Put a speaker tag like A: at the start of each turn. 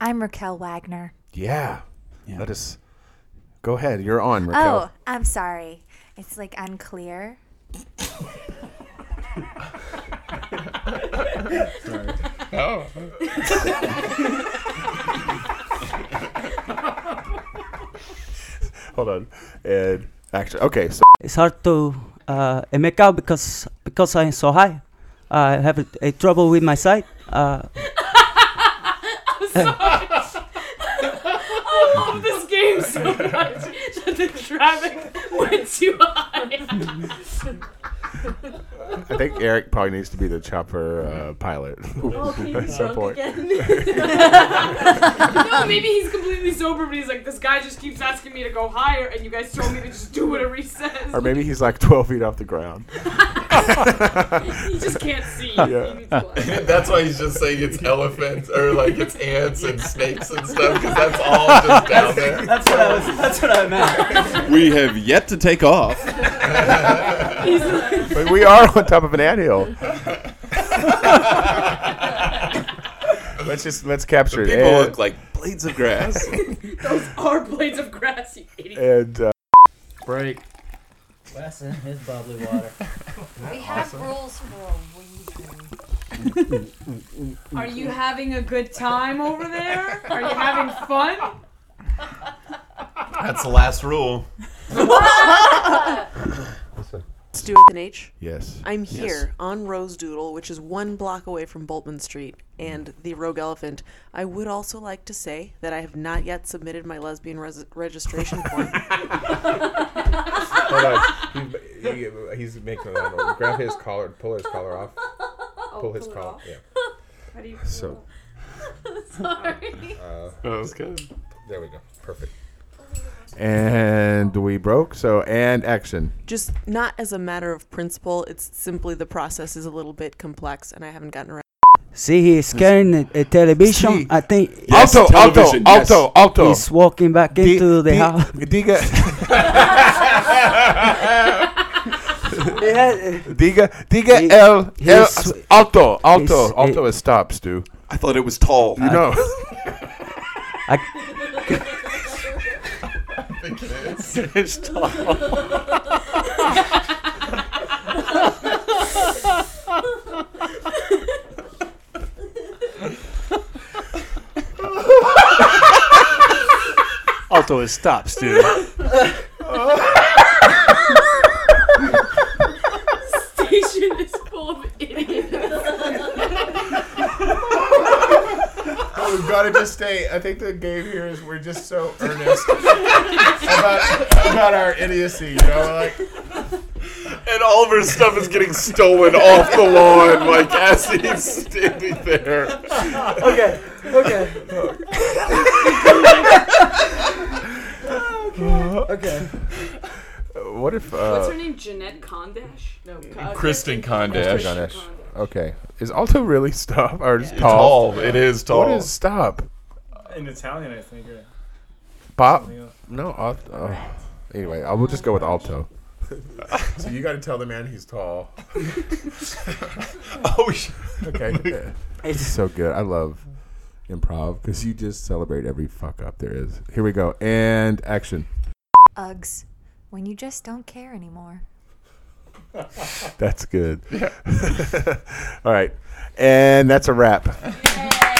A: I'm Raquel Wagner.
B: Yeah.
C: Yeah.
B: Let us go ahead. You're on,
A: Oh,
B: Raquel.
A: I'm sorry. It's like unclear.
D: Oh.
B: Hold on. And actually, okay. So
C: It's hard to uh, make out because because I'm so high. I have a, a trouble with my sight. Uh,
E: I love this game so much that the traffic went too high.
B: I think Eric probably needs to be the chopper uh, pilot.
E: Oh, can you be
B: At some
E: drunk
B: point.
E: again? no, maybe he's completely sober, but he's like, this guy just keeps asking me to go higher, and you guys told me to just do whatever he says.
B: or maybe he's like 12 feet off the ground.
E: he just can't see.
B: Yeah.
E: He needs glasses.
D: That's why he's just saying it's elephants or like it's ants and snakes and stuff because that's all just down there.
C: that's what I was. That's what I meant.
F: We have yet to take off.
E: He's like,
B: But we are on top of an anthill. let's just let's capture it.
F: People
B: And,
F: look like blades of grass.
E: those are blades of grass, you idiot.
B: and uh,
G: Break.
H: Wes and his bubbly water.
I: We have rules for a reason.
E: Are you having a good time over there? Are you having fun?
F: That's the last rule.
J: Let's do it with an H.
B: yes.
J: I'm here on Rose Doodle, which is one block away from Boltman Street and the Rogue Elephant. I would also like to say that I have not yet submitted my lesbian res- registration form.
B: Hold on. He's, Oh, he, he's making a grab his collar, pull his collar off,
E: Oh,
B: pull his collar. Yeah.
E: How do you
B: So
E: Sorry.
D: That was good.
B: there we go. Perfect. And we broke. So and action.
J: Just not as a matter of principle, it's simply the process is a little bit complex and I haven't gotten around.
C: See, he's scaring a, a television.
B: See.
C: I think
F: Yes,
B: alto, alto,
F: television, yes.
B: alto, alto.
C: he's walking back
B: Di-
C: into the
B: di-
C: house.
B: Diga,
C: Yeah, uh,
B: diga, diga
C: He-
B: el, el
C: he's-
B: alto, alto,
C: he's-
B: alto is stop, Stu.
F: I thought it was tall.
B: You know,
C: I,
F: it's tall.
G: Alto is stops, dude.
E: Station is full of idiots.
B: we've got to just stay. I think the game here is we're just so earnest about, about our idiocy. You know, like
D: And all of her stuff is getting stolen off the lawn, like as he's standing there.
C: okay, okay, okay.
B: what if?
E: What's
B: Uh,
E: her name? Jeanette Kondash? No,
D: Kristen Kondash.
B: Ganesh. Okay, is alto really stop or just tall?
D: Tall. It is tall.
B: What is stop?
G: In Italian, I think. Or
B: Pop?
G: something else.
B: No, alto. oh. Anyway, I will just go with alto. so you got to tell the man he's tall.
F: Oh, sh-
B: Okay. it's so good. I love improv because you just celebrate every fuck up there is. Here we go. And action.
A: Uggs. When you just don't care anymore.
B: That's good. All right. And that's a wrap.